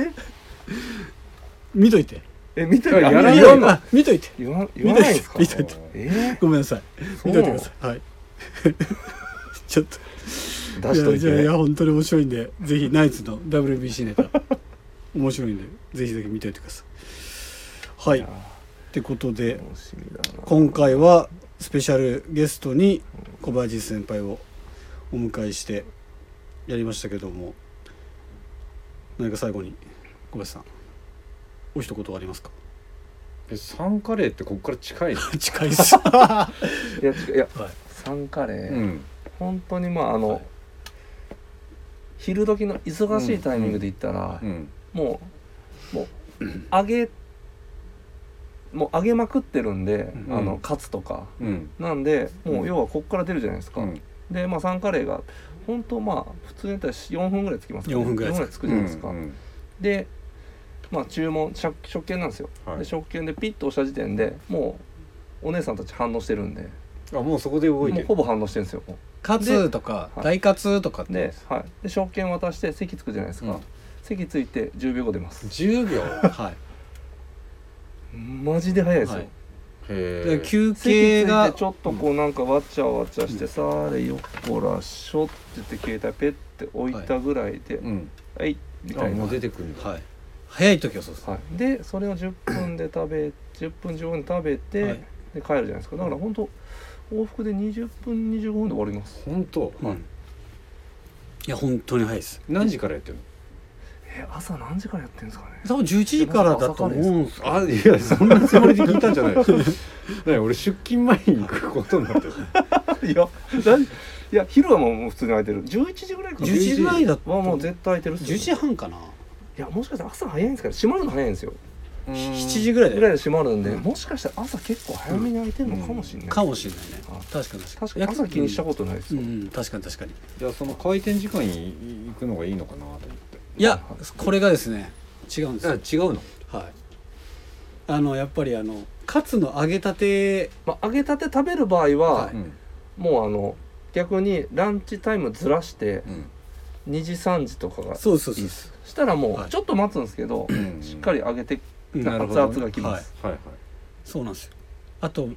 B: え
C: 見といて
B: え見て
A: いややらない
B: 言わない
C: あ見といて
B: 言わ言わないんすか
C: 見といて
B: え
C: ごめんなさい
B: そう
C: 見といてくださいはい ちょっと
B: 出しとい
C: やいやい
B: て
C: や本当に面白いんでぜひナイツの WBC ネタ 面白いんでぜひぜひ見といてくださいはい
B: いや
C: ってことで
B: 楽しみだな
C: 今回はスペシャルゲストに小林先輩をお迎えしてやりましたけども何か最後に小林さんお一言ありますか
A: えサンカレーってこっから近いの
C: 近いっす
B: いや違ういや
C: はい
B: サンカレー、
A: うん
B: 本当にまああの、
A: はい
B: 昼時の忙しいタイミングで行ったら、
A: うん
B: もうもう揚げもう揚げまくってるんで、
D: うん
B: あのカツとか
A: うん
B: なんでも
A: う
B: うん要はこっから出るじゃないですか、
A: うん
B: でまあサンカレーが本当まあ普通にやったら4分ぐらいつきます
D: 4分ぐらいつく
B: 4つくじゃないですか、
A: うん
B: でまあ注文食食券なんですよ、
A: はい
B: で食券でピッと押した時点でもうお姉さんたち反応してるんで
A: あもうそこで動い
B: も
A: て
B: う
A: る
B: ほぼ反応してるんですよもう
C: カツとか
B: はい
C: 大カツとかって
B: で,、はい、で証券渡して席つくじゃないですか、
A: うん
B: 席ついて10秒後出ます
C: 10秒は
B: マジで早い
C: い、
B: ですよ、
C: はい、
A: へ
C: で
A: え
C: 休
B: 席
C: 憩
B: つい
C: が
B: てちょっとこうなんかわっちゃわちゃして、さあれよっこらしょって言って携帯ペッて置いたぐらいで「はい
A: うん」
B: み
A: あ
B: たいな、
A: もう
B: は
A: 出てくるんだ
C: はい早い時はそうです、
B: い、でそれを10分で食べ10分15分で食べて、
C: はい
B: で帰るじゃないですかだから本当往復で20分25分で終わります
A: 本当
D: うんいや本当に早いです
A: 何時からやってるの
B: え朝何時からやってるんです かね
C: 多分11時からだと思うんです
A: あいやそんなつもりで聞いたんじゃ ないよ何俺出勤前に行くことになってる
B: いや、だいいや昼はもう普通に空いてる。11時ぐらいかな。
C: 11時ぐらいだと
B: はもう絶対空いてるっすよ
C: 10時半かない
B: や、もしかしたら朝早いんですから、閉まるの早いんですよ。
C: 7時ぐらい
B: ぐ
C: だ
B: らい
C: よ
B: で閉まるんで、もしかしたら朝結構早めに空いてるのかもしれない。
C: かもしれないね
B: あ
C: 確かに確かに
B: 確かに朝気にしたことないです
C: うん
B: よ。
C: うん確かに確かに
A: じゃあその開店時間に行くのがいいのかなと思っ
C: いやこれがですね違うんですよ
A: て違うの
C: はいあのやっぱりあのカツの揚げたて
B: まあ、揚げたて食べる場合は、
C: は
A: うん
B: もうあの、逆にランチタイムずらして、
A: うん
B: 2時3時とかが。
C: そうそう
B: い
C: そ
B: いうっす。したらも
C: は
B: う、
C: い
B: ちょっと待つんですけど、
A: ん
B: しっかり揚げて、
C: うん
A: なるほ
B: 熱
A: どね
B: 々がきます。
A: はいはい
C: そうなんですよあと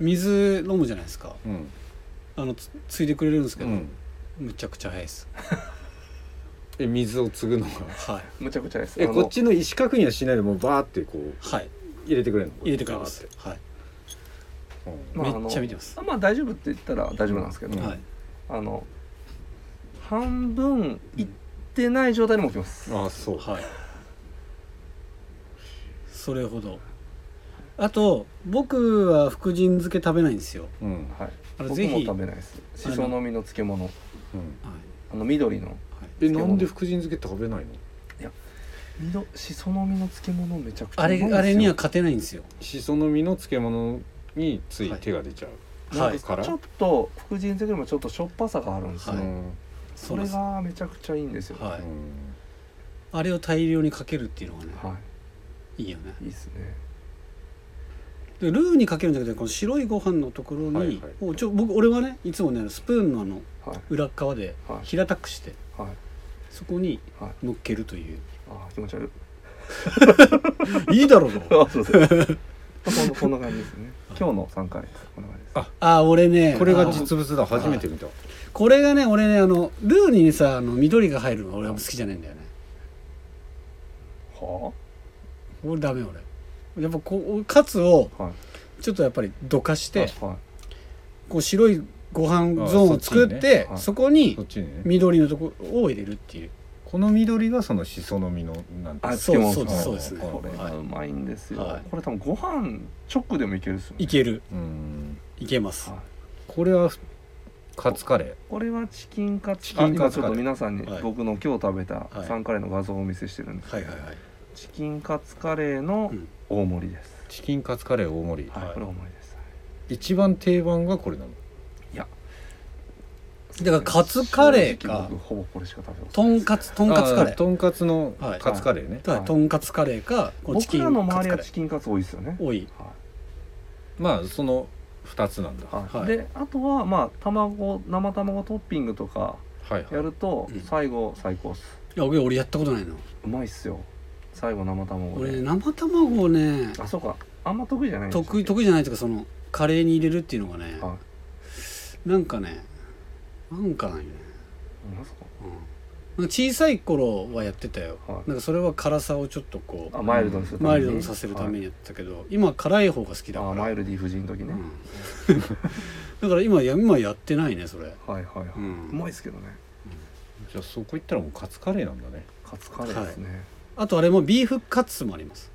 C: 水飲むじゃないですか
A: うん
C: あのつついでくれるんですけ
A: う
C: ど、
A: ん
C: むちゃくちゃ早いです
A: え水を継ぐのが
C: はい
B: むちゃくちゃです。
A: え
B: あの
A: こっちの意思確認はしないでもうバーってこう
C: はい
A: 入れてくれるの
C: 入れてくれますはい
A: バーって
B: まああの
C: めっちゃ見てます
B: あまあ大丈夫って言ったら大丈夫なんですけど、
A: うん
C: はい
B: あの半分いってない状態でも起きます、
A: うんあそう
C: はいそれほどあと僕は福神漬け食べないんですよ、
A: うん
B: はい
C: あれ
B: 僕
C: ぜ
B: も
C: ひ
B: 食べないですしその実の漬物
A: うん
C: はい
B: あの緑の
C: はい、
A: えなんで福神漬けって食べないの
B: みどしその実の漬物めちゃくちゃ
C: あ
B: うまいんです
C: れ
B: よ
C: あれには勝てないんですよ
A: しその実の漬物につい手が出ちゃう
C: はい
A: か
B: ちょ
A: ら
B: っと福神漬けよりもちょっとしょっぱさがあるんですよ、
C: はい
A: うん
C: そ
B: そうれ
C: なんです
B: がめちゃくちゃいいんですよ
A: う
C: はい、
A: ん
C: あれを大量にかけるっていうのがね、、
B: はい
C: いよね
B: いいいですね
C: でルーにかけるんじゃなくてこの白いご飯のところに、
A: はいはい
C: をちょ僕俺はねいつもねスプーンのあの
B: はい
C: 裏っ側で
B: はい
C: 平たくして
B: はい
C: そこに
B: はい
C: 乗っけるという、
B: あー気持ち悪い
C: いいだろ う
B: あそうですこんなこんな感じですね今日の3回ですこんな感じです
C: あ俺ね
A: これ
C: あ
A: が
C: の
A: 実物だ初めて見た
C: これがね俺ねあのルーにねさあの緑が入るの俺は好きじゃないんだよね
B: は
C: 俺ダメ俺やっぱこうカツを
B: あはい
C: ちょっとやっぱりどかして
B: はい
C: こう白いご飯ゾーンを作ってそ,、
A: あそっちにね
B: はい
C: こに
A: そっちにね
C: 緑のところを入れるっていう
A: この緑がそのしその実のなんて
B: あ
C: そう
B: 漬物
C: そうです
A: あ
C: そ
B: こ
C: うですね
B: れ
C: は
B: が
C: いう
B: まいんですよ、
C: はい
B: これ多分ご飯直でもいけるっすよ、ね、
C: いける
A: うん
C: いけます
B: はい
A: これはふカツカレ
B: これはチキンカツ
A: チキンカツカレー
B: あ今ちょっと皆さんに
C: はい
B: 僕の今日食べた
C: はい
B: サンカレーの画像をお見せしてるんです、
C: はいはいはい
B: チキンカツカレーの
C: うん
B: 大盛りです
A: ー、チキンカツカレー大盛り
C: はい
B: これ大盛りです
A: 一番定番がこれなの
C: だからカツカレーか
B: 正直僕ほぼこれしか食べたこと
C: とんかつとんかつカレ
A: あ
C: ー
A: とんかつの
C: はい
A: カツカレーね、
C: だからとんかつカレーかこのチ
B: 僕
C: キン
B: らの
C: カ
B: 周
C: ツ
B: り
C: カ
B: は
C: レー
B: チキンカツ多いですよね
C: 多い
B: は
A: まあその2つなんだ
B: い、はい
C: はい
B: であとはまあ卵生卵トッピングとか
A: はいはい
B: やると
C: うん
B: 最後最高っす
C: いや俺俺やったことないの
B: うまいっすよ最後生卵
C: 俺
B: で
C: ね生卵をね
B: あそうかあんま得意じゃないんでしたっけ
C: 得意得意じゃないというかそのカレーに入れるっていうのがね
B: は
C: なんかねなんかないね、
B: いなんすか
C: うん、なんか小さい頃はやってたよ、
B: はい
C: なんかそれは辛さをちょっとこ
B: あマイルドにする
C: うマイルドにさせるためにやってたけど、今辛い方が好きだ
B: はいあ
C: から、
B: マイルディ夫人の時
C: う
B: ね、
C: ん だから今や今やってないねそれ、
B: はいはいはい、
C: う
B: うんまいっすけどね
A: じゃあそこ行ったらもうカツカレーなんだね
B: カツカレーですね、
C: あとあれもビーフカツもあります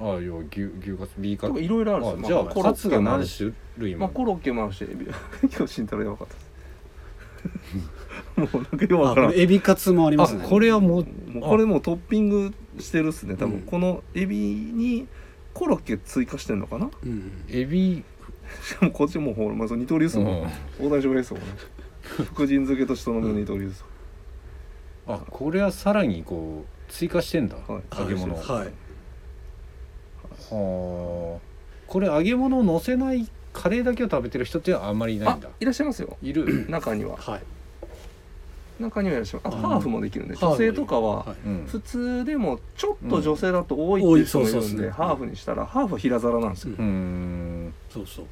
A: ああ要は牛牛カツ B カ
B: とか
A: ツ
B: いろいろあるん
A: あ
B: です
A: じ
B: よ
A: ゃ
B: ま
A: あ
B: コロ
A: カ
B: ッ
A: ツ
B: ケ
A: が
B: もある
A: 何
B: し
A: 種類
B: まあ
A: も
B: コロッケもあるしエビ 今日慎太郎やばか ったですもうなんかよくわ
C: あ
B: からん
C: エビカツもありますね
A: あこれはもう
B: もうこれもうトッピングしてるっすね多
C: うん
B: 分このエビにコロッケ追加してんのかな
C: うん
A: エビ
B: しかもこっちもうほら、まあ、その二刀流っすもん、大谷翔平っすもんね福神漬けと人のむ二刀流っす
A: あこれはさらにこう追加してんだ、
B: はい
A: 揚げ物は
C: はい
A: あこれ揚げ物をのせないカレーだけを食べてる人ってあんまりいない
B: あ
A: んだ
B: いらっしゃいますよ
A: い る、
B: 中には
C: はい
B: 中にはいらっしゃいますあ
C: うん
B: ハーフもできるんで
C: ハー
B: 女
C: フ
B: 性とかは
C: はい
A: うん、
B: 普通でもちょっと女性だと多いっていう人もいる
C: うん多いそうんそうそう
B: でハーフにしたらハーフ平皿なんですよ
A: うーん
C: そうそう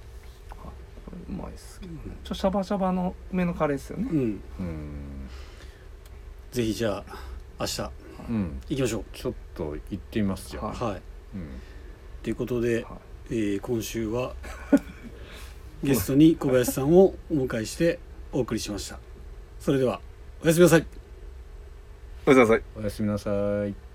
B: うまいっすちょシャバシャバの目のカレーっすよね
C: うん
A: うーん
C: ぜひじゃあ明日
A: うん
C: 行きましょう
A: ちょっと行ってみますじゃあ、
B: は
A: う
C: はい
A: ん
C: ということで、
B: はい
C: えー今週 はゲストに小林さんをお迎えしてお送りしましたそれではおやすみなさい
B: おやすみなさい
A: おやすみなさい